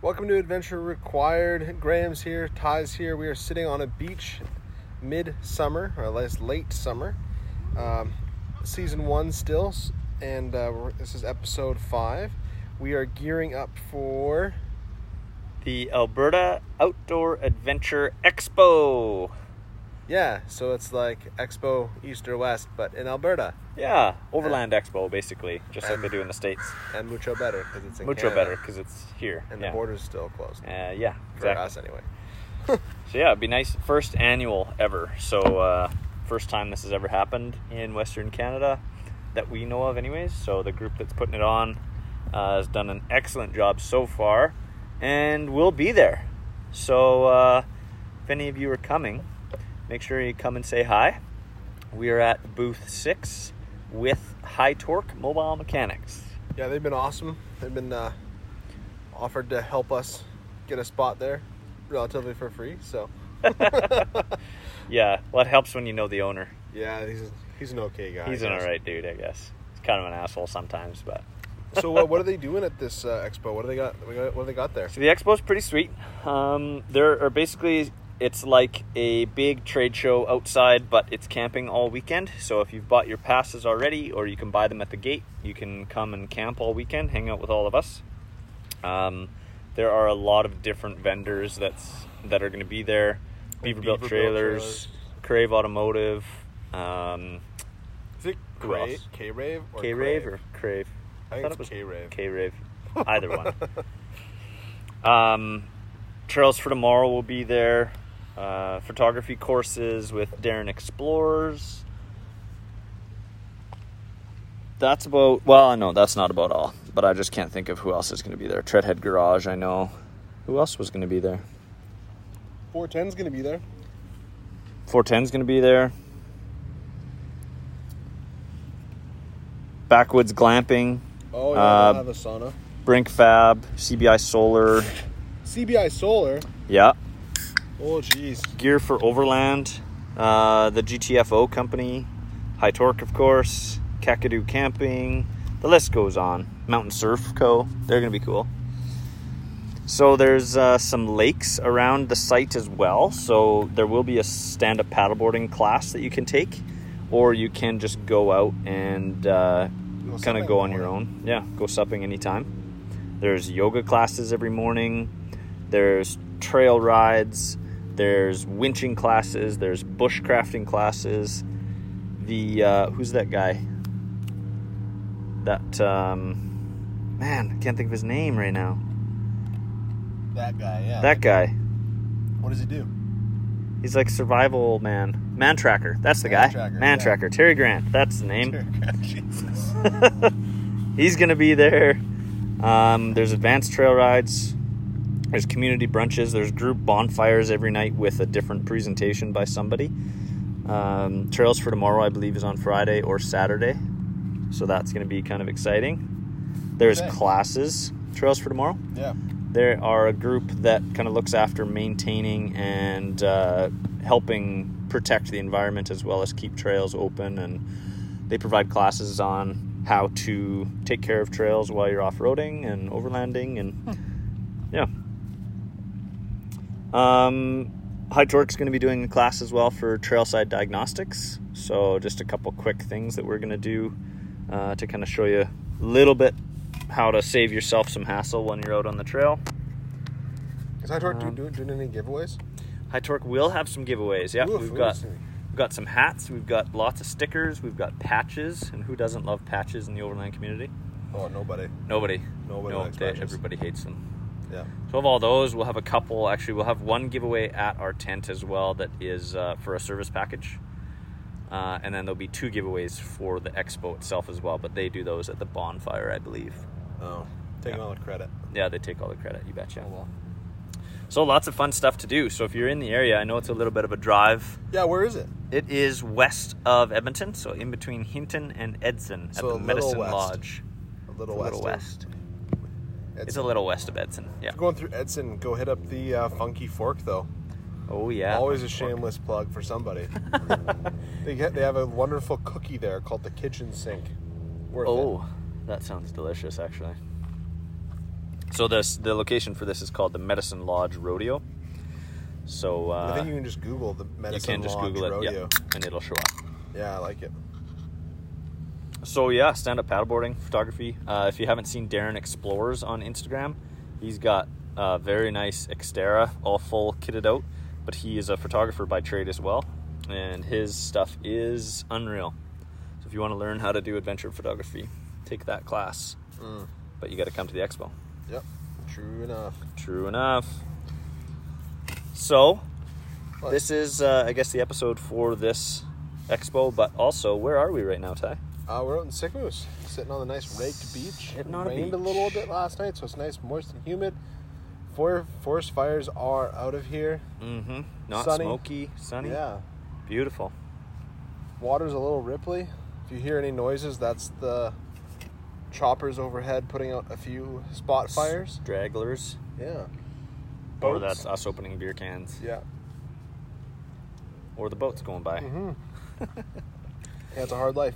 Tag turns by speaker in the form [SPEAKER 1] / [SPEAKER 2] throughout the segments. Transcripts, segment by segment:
[SPEAKER 1] Welcome to Adventure Required. Graham's here, Ty's here. We are sitting on a beach mid-summer, or less late summer. Um, season one still, s- and uh, we're- this is episode five. We are gearing up for
[SPEAKER 2] the Alberta Outdoor Adventure Expo.
[SPEAKER 1] yeah. So it's like Expo East or West, but in Alberta,
[SPEAKER 2] Yeah, Overland Expo, basically, just like they do in the States.
[SPEAKER 1] and mucho better because it's in
[SPEAKER 2] Mucho
[SPEAKER 1] Canada,
[SPEAKER 2] better because it's here.
[SPEAKER 1] and
[SPEAKER 2] yeah.
[SPEAKER 1] the border's still closed
[SPEAKER 2] Uh, yeah,
[SPEAKER 1] for
[SPEAKER 2] exactly.
[SPEAKER 1] us anyway.
[SPEAKER 2] So yeah, it'd be nice. First annual ever. So uh, first time this has ever happened in Western Canada that we know of, anyways. So the group that's putting it on uh, has done an excellent job so far, and we'll be there. So uh, if any of you are coming, make sure you come and say hi. We are at booth six with High Torque Mobile Mechanics.
[SPEAKER 1] Yeah, they've been awesome. They've been uh, offered to help us get a spot there relatively for free. So,
[SPEAKER 2] Yeah, well, it helps when you know the owner.
[SPEAKER 1] yeah, he's he's an okay guy.
[SPEAKER 2] He's an alright dude, I guess. He's kind of an asshole sometimes, but.
[SPEAKER 1] so, what, what are they doing at this uh, expo? What do they got? What do they got there?
[SPEAKER 2] So the expo's pretty sweet. Um, there are basically it's like a big trade show outside, but it's camping all weekend. So if you've bought your passes already, or you can buy them at the gate, you can come and camp all weekend, hang out with all of us. Um, there are a lot of different vendors that's that are going to be there. Beaverbilt
[SPEAKER 1] Beaverbilt
[SPEAKER 2] trailers,
[SPEAKER 1] trailers.
[SPEAKER 2] Crave Automotive, um,
[SPEAKER 1] Is it
[SPEAKER 2] Who
[SPEAKER 1] Cray,
[SPEAKER 2] else?
[SPEAKER 1] K-Rave or
[SPEAKER 2] K Rave or Crave.
[SPEAKER 1] I think
[SPEAKER 2] thought
[SPEAKER 1] it's
[SPEAKER 2] it was
[SPEAKER 1] K-Rave.
[SPEAKER 2] K Rave. Either one. Um, Trails for Tomorrow will be there. Uh, photography courses with Darren Explorers. That's about, well, no, that's not about all, but I just can't think of who else is going to be there. Treadhead Garage, I know. Who else was going to be there?
[SPEAKER 1] 410's gonna be there.
[SPEAKER 2] 410's going to be there. Backwoods Glamping,
[SPEAKER 1] Oh yeah,
[SPEAKER 2] Uh,
[SPEAKER 1] they'll have a sauna.
[SPEAKER 2] Brink Fab, CBI Solar.
[SPEAKER 1] CBI Solar.
[SPEAKER 2] Yeah.
[SPEAKER 1] Oh jeez.
[SPEAKER 2] gear for Overland, uh, the GTFO company, High Torque, of course, Kakadu Camping. The list goes on. Mountain Surf Co. They're gonna be cool. So there's uh, some lakes around the site as well. So there will be a stand-up paddleboarding class that you can take, or you can just go out and uh,
[SPEAKER 1] Go
[SPEAKER 2] kind
[SPEAKER 1] supping
[SPEAKER 2] of go on
[SPEAKER 1] in the
[SPEAKER 2] your own. Yeah, go supping anytime. There's yoga classes every morning. There's trail rides. There's winching classes. There's bushcrafting classes. The uh, who's that guy? That um, man, I can't think of his name right now.
[SPEAKER 1] That guy, yeah.
[SPEAKER 2] That guy.
[SPEAKER 1] what does he do?
[SPEAKER 2] He's like survival man. Man tracker. That's the
[SPEAKER 1] Man
[SPEAKER 2] guy.
[SPEAKER 1] Tracker,
[SPEAKER 2] man
[SPEAKER 1] yeah.
[SPEAKER 2] tracker. Terry Grant. That's the name. He's gonna be there. Um, there's advanced trail rides. There's community brunches. There's group bonfires every night with a different presentation by somebody. Um, Trails for Tomorrow, I believe, is on Friday or Saturday, so that's gonna be kind of exciting. There's
[SPEAKER 1] Okay.
[SPEAKER 2] classes. Trails for Tomorrow
[SPEAKER 1] yeah.
[SPEAKER 2] there are a group that kind of looks after maintaining and uh, helping protect the environment as well as keep trails open and they provide classes on how to take care of trails while you're off-roading and overlanding and yeah um, High Torque's going to be doing a class as well for trailside diagnostics. So, just a couple quick things that we're going to do uh, to kind of show you a little bit how to save yourself some hassle when you're out on the trail.
[SPEAKER 1] Is that um, doing, doing any giveaways?
[SPEAKER 2] High Torque will have some giveaways. Yeah,
[SPEAKER 1] Oof,
[SPEAKER 2] we've
[SPEAKER 1] oof.
[SPEAKER 2] got we've got some hats, we've got lots of stickers, we've got patches, and who doesn't love patches in the overland community?
[SPEAKER 1] Oh nobody.
[SPEAKER 2] Nobody.
[SPEAKER 1] Nobody
[SPEAKER 2] no,
[SPEAKER 1] likes
[SPEAKER 2] they-
[SPEAKER 1] patches.
[SPEAKER 2] everybody hates them.
[SPEAKER 1] Yeah.
[SPEAKER 2] So of all those, we'll have a couple. Actually, we'll have one giveaway at our tent as well. That is uh, for a service package, uh, and then there'll be two giveaways for the expo itself as well. But they do those at the bonfire, I believe.
[SPEAKER 1] Oh. Taking
[SPEAKER 2] Yeah.
[SPEAKER 1] all the credit.
[SPEAKER 2] Yeah, they take all the credit. You betcha.
[SPEAKER 1] Oh,
[SPEAKER 2] So lots of fun stuff to do. So if you're in the area, I know it's a little bit of a drive.
[SPEAKER 1] Yeah, where is it?
[SPEAKER 2] It is west of Edmonton, so in between Hinton and Edson at
[SPEAKER 1] So a
[SPEAKER 2] the
[SPEAKER 1] little
[SPEAKER 2] Medicine
[SPEAKER 1] west.
[SPEAKER 2] Lodge.
[SPEAKER 1] A little
[SPEAKER 2] It's a little
[SPEAKER 1] of-
[SPEAKER 2] west. It's a
[SPEAKER 1] Edson.
[SPEAKER 2] little west of Edson. Yeah.
[SPEAKER 1] If you're going through Edson, go hit up the uh, Funky Fork though.
[SPEAKER 2] Oh yeah.
[SPEAKER 1] Always a shameless plug for somebody. they get, they have a wonderful cookie there called the kitchen sink. Worth it.
[SPEAKER 2] Oh, that sounds delicious, actually. So this the location for this is called the Medicine Lodge Rodeo. So uh,
[SPEAKER 1] I think you can just Google the
[SPEAKER 2] you
[SPEAKER 1] medicine
[SPEAKER 2] can just
[SPEAKER 1] lodge
[SPEAKER 2] Google it,
[SPEAKER 1] rodeo.
[SPEAKER 2] yeah, and it'll show up.
[SPEAKER 1] Yeah, I like it.
[SPEAKER 2] So yeah, stand up paddleboarding photography. Uh, if you haven't seen Darren Explores on Instagram, he's got a very nice Xterra, all full kitted out. But he is a photographer by trade as well, and his stuff is unreal. So if you want to learn how to do adventure photography, take that class.
[SPEAKER 1] Mm.
[SPEAKER 2] But you got to come to the expo.
[SPEAKER 1] Yep. True enough.
[SPEAKER 2] True enough. So
[SPEAKER 1] What?
[SPEAKER 2] this is, uh, I guess, the episode for this expo. But also, where are we right now, Ty?
[SPEAKER 1] Uh, we're out in Sickmoose, sitting on the nice raked beach.
[SPEAKER 2] Sitting on a
[SPEAKER 1] rained
[SPEAKER 2] beach.
[SPEAKER 1] little bit last night, so it's nice, moist, and humid. Four forest fires are out of here.
[SPEAKER 2] Mm-hmm. Not
[SPEAKER 1] Sunny.
[SPEAKER 2] smoky, sunny.
[SPEAKER 1] Yeah.
[SPEAKER 2] Beautiful.
[SPEAKER 1] Water's a little ripply. If you hear any noises, that's the choppers overhead putting out a few spot fires.
[SPEAKER 2] Stragglers.
[SPEAKER 1] Yeah.
[SPEAKER 2] Or
[SPEAKER 1] Boats.
[SPEAKER 2] that's us opening beer cans.
[SPEAKER 1] Yeah.
[SPEAKER 2] Or the boats going by.
[SPEAKER 1] Mm-hmm. yeah, it's a hard life.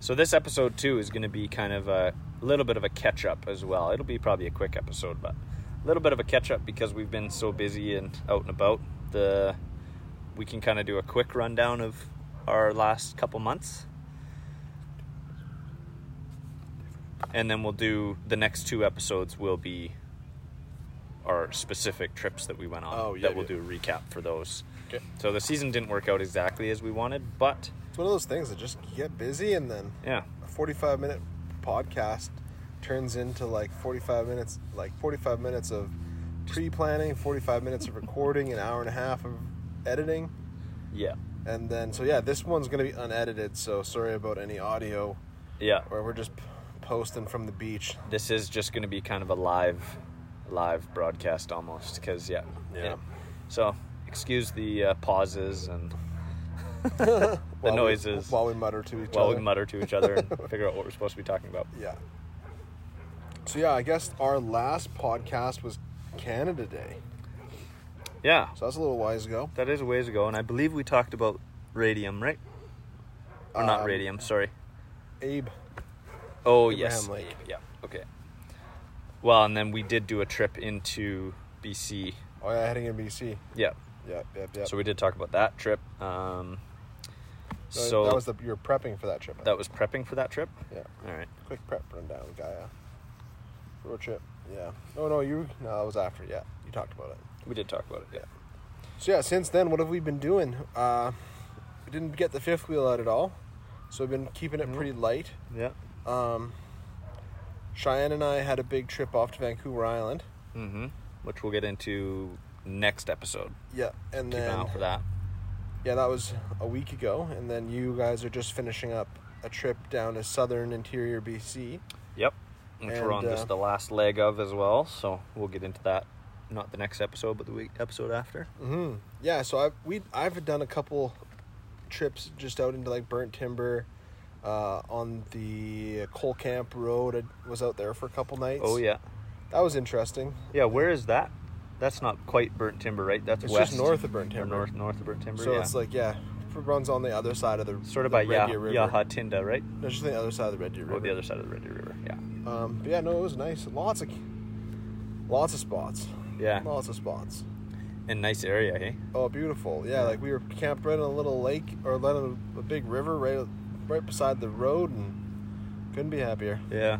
[SPEAKER 2] So this episode too is going to be kind of a little bit of a catch up as well. It'll be probably a quick episode, but a little bit of a catch up because we've been so busy and out and about. The we can kind of do a quick rundown of our last couple months. And then we'll do the next two episodes will be our specific trips that we went on.
[SPEAKER 1] Oh, yeah,
[SPEAKER 2] that we'll
[SPEAKER 1] yeah.
[SPEAKER 2] do a recap for those.
[SPEAKER 1] Okay.
[SPEAKER 2] So the season didn't work out exactly as we wanted, but
[SPEAKER 1] It's one of those things that just you get busy and then
[SPEAKER 2] yeah,
[SPEAKER 1] a 45 minute podcast turns into like 45 minutes like 45 minutes of pre-planning 45 minutes of recording an hour and a half of editing
[SPEAKER 2] yeah,
[SPEAKER 1] and then so yeah this one's gonna be unedited so sorry about any audio
[SPEAKER 2] yeah.
[SPEAKER 1] where we're just p- posting from the beach
[SPEAKER 2] this is just going to be kind of a live live broadcast almost because yeah,
[SPEAKER 1] Yeah.
[SPEAKER 2] so excuse the uh, pauses and the
[SPEAKER 1] while we-
[SPEAKER 2] noises
[SPEAKER 1] while we mutter to each
[SPEAKER 2] while
[SPEAKER 1] other
[SPEAKER 2] we mutter to each other and figure out what we're supposed to be talking about
[SPEAKER 1] yeah so yeah i guess our last podcast was canada day
[SPEAKER 2] yeah
[SPEAKER 1] so that's a little wise ago
[SPEAKER 2] that is a ways ago and i believe we talked about radium right or not
[SPEAKER 1] Um,
[SPEAKER 2] radium sorry
[SPEAKER 1] abe
[SPEAKER 2] oh
[SPEAKER 1] Abraham
[SPEAKER 2] yes
[SPEAKER 1] Lake.
[SPEAKER 2] yeah okay well and then we did do a trip into bc
[SPEAKER 1] oh yeah heading in bc
[SPEAKER 2] yeah
[SPEAKER 1] yep yep yep
[SPEAKER 2] so we did talk about that trip um
[SPEAKER 1] So,
[SPEAKER 2] so
[SPEAKER 1] that was the you were prepping for that trip. I
[SPEAKER 2] that was prepping for that trip
[SPEAKER 1] think. yeah,
[SPEAKER 2] all right
[SPEAKER 1] quick prep rundown, Gaia. Road trip. Yeah. Oh no, you no, that was after. Yeah, you talked about it.
[SPEAKER 2] We did talk about it. Yeah.
[SPEAKER 1] So yeah, since then, what have we been doing? Uh, we didn't get the fifth wheel out at all, so we've been keeping
[SPEAKER 2] Mm-hmm.
[SPEAKER 1] it pretty light.
[SPEAKER 2] Yeah.
[SPEAKER 1] Um, Cheyenne and I had a big trip off to Vancouver Island.
[SPEAKER 2] Mm-hmm. Which we'll get into next episode.
[SPEAKER 1] Yeah, and
[SPEAKER 2] Keep an eye
[SPEAKER 1] then
[SPEAKER 2] out for that.
[SPEAKER 1] yeah, that was a week ago, and then you guys are just finishing up a trip down to southern interior BC.
[SPEAKER 2] Yep. Which we're on
[SPEAKER 1] And, uh,
[SPEAKER 2] just the last leg of as well, so we'll get into that. Not the next episode, but the week episode after.
[SPEAKER 1] hmm Yeah, so I've we I've done a couple trips just out into like burnt timber, uh, on the Coal Camp Road. I was out there for a couple nights.
[SPEAKER 2] Oh yeah.
[SPEAKER 1] that was interesting.
[SPEAKER 2] Yeah. Where is that? That's not quite burnt timber, right? That's
[SPEAKER 1] It's
[SPEAKER 2] west.
[SPEAKER 1] just north of burnt
[SPEAKER 2] Or
[SPEAKER 1] timber.
[SPEAKER 2] north, north of burnt timber.
[SPEAKER 1] so
[SPEAKER 2] yeah.
[SPEAKER 1] it's like yeah, it runs on the other side of the
[SPEAKER 2] sort of
[SPEAKER 1] the
[SPEAKER 2] by
[SPEAKER 1] Red
[SPEAKER 2] Yah-
[SPEAKER 1] Deer River.
[SPEAKER 2] Yahatinda, right?
[SPEAKER 1] No, just the other side of the Red Deer River.
[SPEAKER 2] Or the other side of the Red Deer River. Yeah.
[SPEAKER 1] Um, but yeah, no, it was nice. Lots of lots of spots.
[SPEAKER 2] Yeah.
[SPEAKER 1] Lots of spots.
[SPEAKER 2] And nice area, hey?
[SPEAKER 1] Oh, beautiful! Yeah, like we were camped right on a little lake or right on a, a big river, right right beside the road, and couldn't be happier.
[SPEAKER 2] Yeah.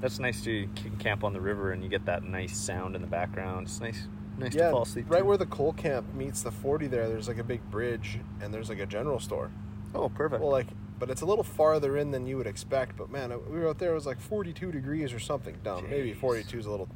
[SPEAKER 2] That's nice to camp on the river and you get that nice sound in the background. It's nice, nice
[SPEAKER 1] yeah,
[SPEAKER 2] to fall asleep.
[SPEAKER 1] right
[SPEAKER 2] to.
[SPEAKER 1] where the coal camp meets the forty. There, there's like a big bridge, and there's like a general store.
[SPEAKER 2] Oh, perfect.
[SPEAKER 1] Well, like, but it's a little farther in than you would expect. But man, it- we were out there. It was like forty-two degrees or something dumb. Maybe
[SPEAKER 2] Jeez.
[SPEAKER 1] forty-two is a little,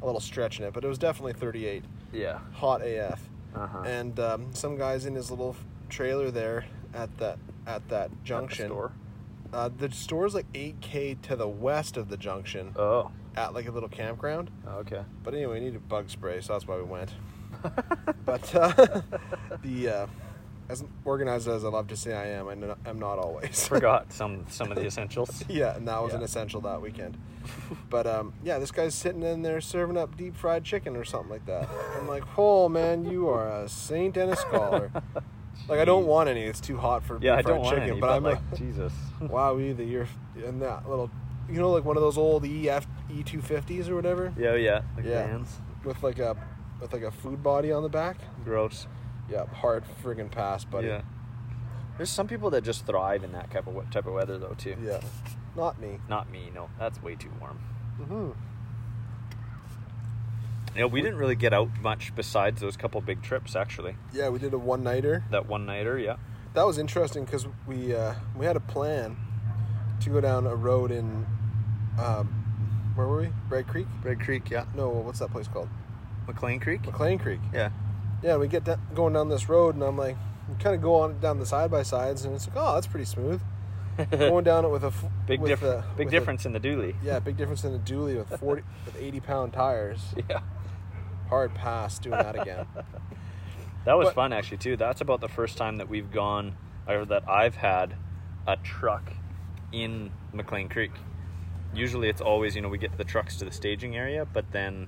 [SPEAKER 1] a little stretching it, but it was definitely thirty-eight.
[SPEAKER 2] yeah.
[SPEAKER 1] Hot AF.
[SPEAKER 2] Uh-huh.
[SPEAKER 1] And um, some guys in his little trailer there at that at that junction.
[SPEAKER 2] store.
[SPEAKER 1] Uh, the store's like 8k to the west of the junction
[SPEAKER 2] Oh,
[SPEAKER 1] at like a little campground.
[SPEAKER 2] okay.
[SPEAKER 1] But anyway, we needed bug spray, so that's why we went. but uh, the uh, as organized as I love to say I am, I n- I'm not always.
[SPEAKER 2] Forgot some some of the essentials.
[SPEAKER 1] yeah, and that was an
[SPEAKER 2] Yeah.
[SPEAKER 1] essential that weekend. But um, yeah, this guy's sitting in there serving up deep fried chicken or something like that. I'm like, oh man, you are a saint and a scholar. like I don't
[SPEAKER 2] Jeez.
[SPEAKER 1] want any; it's too hot for
[SPEAKER 2] Yeah, I
[SPEAKER 1] deep fried
[SPEAKER 2] don't want
[SPEAKER 1] chicken.
[SPEAKER 2] any,
[SPEAKER 1] but, I'm
[SPEAKER 2] like,
[SPEAKER 1] like,
[SPEAKER 2] Jesus.
[SPEAKER 1] wow, either you're in that little you know, like one of those old EF E two fifties or whatever,
[SPEAKER 2] Yeah, yeah. The
[SPEAKER 1] Yeah.
[SPEAKER 2] Grams.
[SPEAKER 1] with like a with like a food body on the back.
[SPEAKER 2] Gross.
[SPEAKER 1] Yeah, hard friggin' pass, buddy.
[SPEAKER 2] Yeah. There's some people that just thrive in that type of we- type of weather though too.
[SPEAKER 1] Yeah. not me.
[SPEAKER 2] Not me. No, that's way too warm.
[SPEAKER 1] Mm-hmm.
[SPEAKER 2] Yeah, we didn't really get out much besides those couple big trips actually.
[SPEAKER 1] Yeah, we did a one nighter.
[SPEAKER 2] That one nighter, yeah.
[SPEAKER 1] That was interesting because we uh, we had a plan to go down a road in um, where were we? Red Creek?
[SPEAKER 2] Red Creek, yeah.
[SPEAKER 1] No, what's that place called?
[SPEAKER 2] McLean Creek.
[SPEAKER 1] McLean Creek.
[SPEAKER 2] Yeah.
[SPEAKER 1] Yeah, we get da- going down this road, and I'm like, kind of go on down the side by sides, and it's like, oh, that's pretty smooth. going down it with a f-
[SPEAKER 2] Big
[SPEAKER 1] with
[SPEAKER 2] difference.
[SPEAKER 1] a-
[SPEAKER 2] Big
[SPEAKER 1] with a-
[SPEAKER 2] difference in the dually.
[SPEAKER 1] yeah, big difference in a dually with forty with eighty pound tires.
[SPEAKER 2] Yeah.
[SPEAKER 1] Hard pass doing that again.
[SPEAKER 2] That was
[SPEAKER 1] But-
[SPEAKER 2] fun actually too. That's about the first time that we've gone or that I've had a truck in McLean Creek. Usually it's always, you know, we get the trucks to the staging area, but then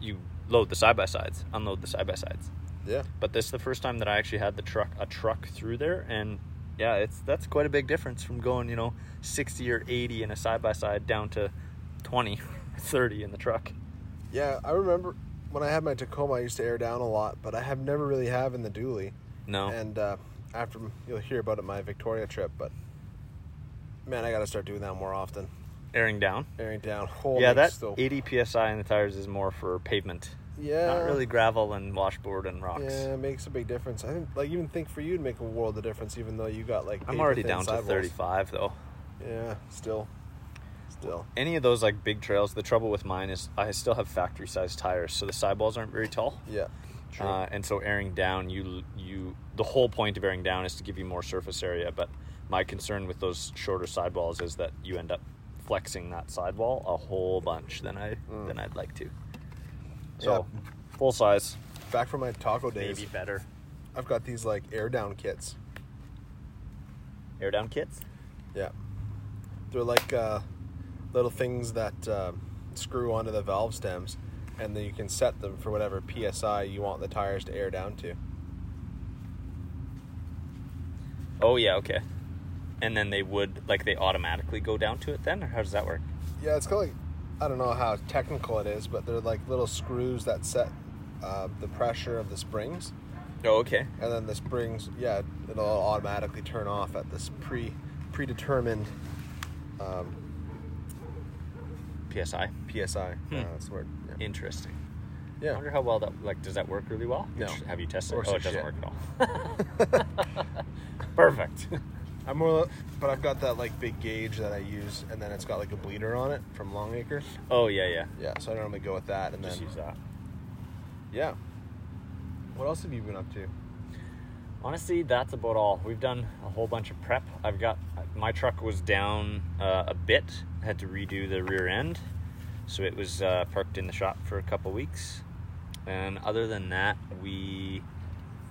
[SPEAKER 2] you load the side by sides, unload the side by sides.
[SPEAKER 1] Yeah,
[SPEAKER 2] But this is the first time that I actually had the truck a truck through there and yeah, it's that's quite a big difference from going, you know, 60 or 80 in a side by side down to 20, 30 in the truck.
[SPEAKER 1] yeah. I remember when I had my Tacoma, I used to air down a lot, but I have never really have in the dually.
[SPEAKER 2] No.
[SPEAKER 1] And uh, after you'll hear about it my Victoria trip, but man, I got to start doing that more often.
[SPEAKER 2] airing down.
[SPEAKER 1] Airing down. Holy
[SPEAKER 2] yeah, that
[SPEAKER 1] still,
[SPEAKER 2] 80 psi in the tires is more for pavement,
[SPEAKER 1] yeah,
[SPEAKER 2] not really gravel and washboard and rocks.
[SPEAKER 1] Yeah, it makes a big difference. I think, like, even think for you to make a world of difference, even though you got like.
[SPEAKER 2] I'm
[SPEAKER 1] paper
[SPEAKER 2] already
[SPEAKER 1] thin
[SPEAKER 2] down to
[SPEAKER 1] sidewalls.
[SPEAKER 2] 35 though.
[SPEAKER 1] Yeah, still, still.
[SPEAKER 2] Any of those like big trails, the trouble with mine is I still have factory sized tires, so the sidewalls aren't very tall.
[SPEAKER 1] Yeah, true.
[SPEAKER 2] Uh, and so airing down, you you the whole point of airing down is to give you more surface area. But my concern with those shorter sidewalls is that you end up flexing that sidewall a whole bunch than I
[SPEAKER 1] Mm.
[SPEAKER 2] than I'd like to. So full size,
[SPEAKER 1] Back from my taco days,
[SPEAKER 2] maybe better.
[SPEAKER 1] I've got these like air down kits.
[SPEAKER 2] Air down kits.
[SPEAKER 1] Yeah, they're like uh, little things that uh, screw onto the valve stems, and then you can set them for whatever psi you want the tires to air down to.
[SPEAKER 2] Oh yeah, okay. And then they would like they automatically go down to it then, or how does that work?
[SPEAKER 1] Yeah, it's kind of like I don't know how technical it is, but they're like little screws that set uh, the pressure of the springs,
[SPEAKER 2] Oh okay.
[SPEAKER 1] and then the springs, yeah, it'll automatically turn off at this pre predetermined um,
[SPEAKER 2] PSI.
[SPEAKER 1] psi. Yeah, Uh, that's the word. Yeah,
[SPEAKER 2] Interesting. Hmm. I
[SPEAKER 1] yeah.
[SPEAKER 2] wonder how well that like does that work really well?
[SPEAKER 1] No.
[SPEAKER 2] Inter- Have you tested?
[SPEAKER 1] Works
[SPEAKER 2] oh,
[SPEAKER 1] like
[SPEAKER 2] it
[SPEAKER 1] shit.
[SPEAKER 2] doesn't work at all. Perfect.
[SPEAKER 1] I'm more, but I've got that like big gauge that I use, and then it's got like a bleeder on it from Longacre.
[SPEAKER 2] Oh yeah, yeah.
[SPEAKER 1] Yeah, so I normally go with that, and
[SPEAKER 2] Just
[SPEAKER 1] then
[SPEAKER 2] use that.
[SPEAKER 1] yeah. What else have you been up to?
[SPEAKER 2] Honestly, that's about all. We've done a whole bunch of prep. I've got my truck was down uh, a bit. Had to redo the rear end, so it was uh, parked in the shop for a couple weeks. And other than that, we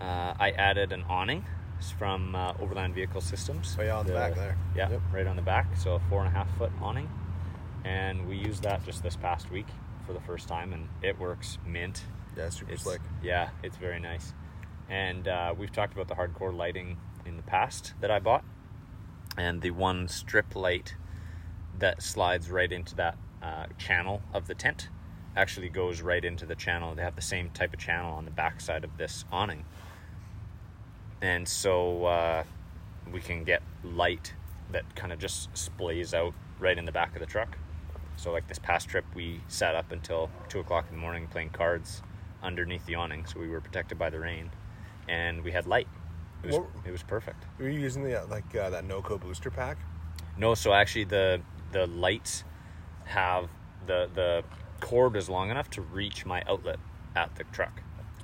[SPEAKER 2] uh, I added an awning It's from uh, Overland Vehicle Systems.
[SPEAKER 1] Oh, yeah, on the back there.
[SPEAKER 2] Yeah,
[SPEAKER 1] Yep.
[SPEAKER 2] right on the back. So a four and a half foot awning, and we used that just this past week for the first time, and it works mint.
[SPEAKER 1] Yeah, it's super
[SPEAKER 2] It's
[SPEAKER 1] slick.
[SPEAKER 2] yeah, it's very nice. And uh, we've talked about the hardcore lighting in the past that I bought, and the one strip light that slides right into that uh, channel of the tent actually goes right into the channel. They have the same type of channel on the backside of this awning, and so uh, we can get light that kind of just splays out right in the back of the truck. So like this past trip, we sat up until two o'clock in the morning playing cards underneath the awning, so we were protected by the rain, and we had light. It was,
[SPEAKER 1] What-
[SPEAKER 2] it was perfect.
[SPEAKER 1] Were you using the uh, like uh, that Noco booster pack?
[SPEAKER 2] No, so actually the the lights have the the cord is long enough to reach my outlet at the truck.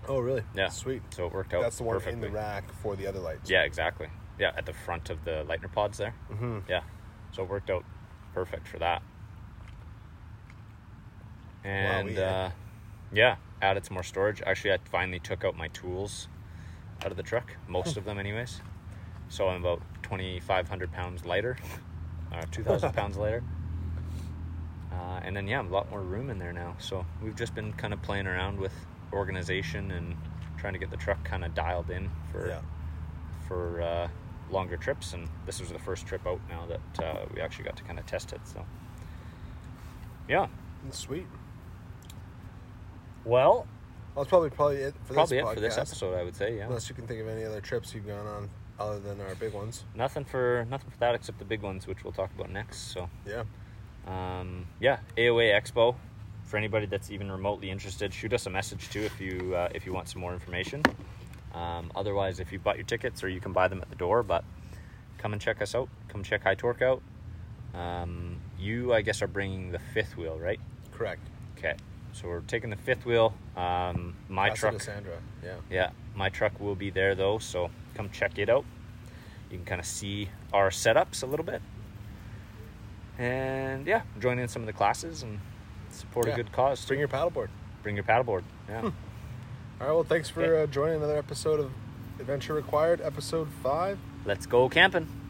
[SPEAKER 1] Oh, really?
[SPEAKER 2] Yeah,
[SPEAKER 1] Sweet.
[SPEAKER 2] So it worked out.
[SPEAKER 1] That's the one in
[SPEAKER 2] perfectly.
[SPEAKER 1] the rack for the other lights.
[SPEAKER 2] Yeah, exactly. Yeah, at the front of the lightner pods there.
[SPEAKER 1] Mm-hmm.
[SPEAKER 2] Yeah, so it worked out perfect for that. And
[SPEAKER 1] yeah.
[SPEAKER 2] uh, yeah, added some more storage. Actually, I finally took out my tools out of the truck,
[SPEAKER 1] Hmm.
[SPEAKER 2] most of them, anyways. So I'm about 2,500 pounds lighter, uh, 2,000 pounds lighter. Uh, and then, yeah, a lot more room in there now. So we've just been kind of playing around with organization and trying to get the truck kind of dialed in for
[SPEAKER 1] Yeah.
[SPEAKER 2] for uh, longer trips, and this was the first trip out now that uh, we actually got to kind of test it. So Yeah.
[SPEAKER 1] That's sweet.
[SPEAKER 2] Well,
[SPEAKER 1] Well, that's probably probably it for
[SPEAKER 2] probably
[SPEAKER 1] this
[SPEAKER 2] it
[SPEAKER 1] podcast.
[SPEAKER 2] for this episode, I would say. Yeah.
[SPEAKER 1] Unless you can think of any other trips you've gone on other than our big ones.
[SPEAKER 2] Nothing for nothing for that except the big ones, which we'll talk about next. So,
[SPEAKER 1] Yeah.
[SPEAKER 2] um, yeah, AOA Expo. For anybody that's even remotely interested, shoot us a message too if you uh, if you want some more information. Um, otherwise, if you bought your tickets or you can buy them at the door, but come and check us out. Come check High Torque out. Um, you, I guess, are bringing the fifth wheel, right?
[SPEAKER 1] Correct.
[SPEAKER 2] Okay, so we're taking the fifth wheel. Um, my
[SPEAKER 1] Casa de
[SPEAKER 2] truck.
[SPEAKER 1] Sandra. Yeah.
[SPEAKER 2] Yeah, my truck will be there though, so come check it out. You can kind of see our setups a little bit. And yeah, join in some of the classes and support
[SPEAKER 1] Yeah.
[SPEAKER 2] a good cause. Hmm.
[SPEAKER 1] Bring your paddleboard.
[SPEAKER 2] bring your paddleboard. Yeah.
[SPEAKER 1] All right. Well, thanks for
[SPEAKER 2] Yeah.
[SPEAKER 1] uh, joining another episode of Adventure Required, episode five.
[SPEAKER 2] Let's go camping.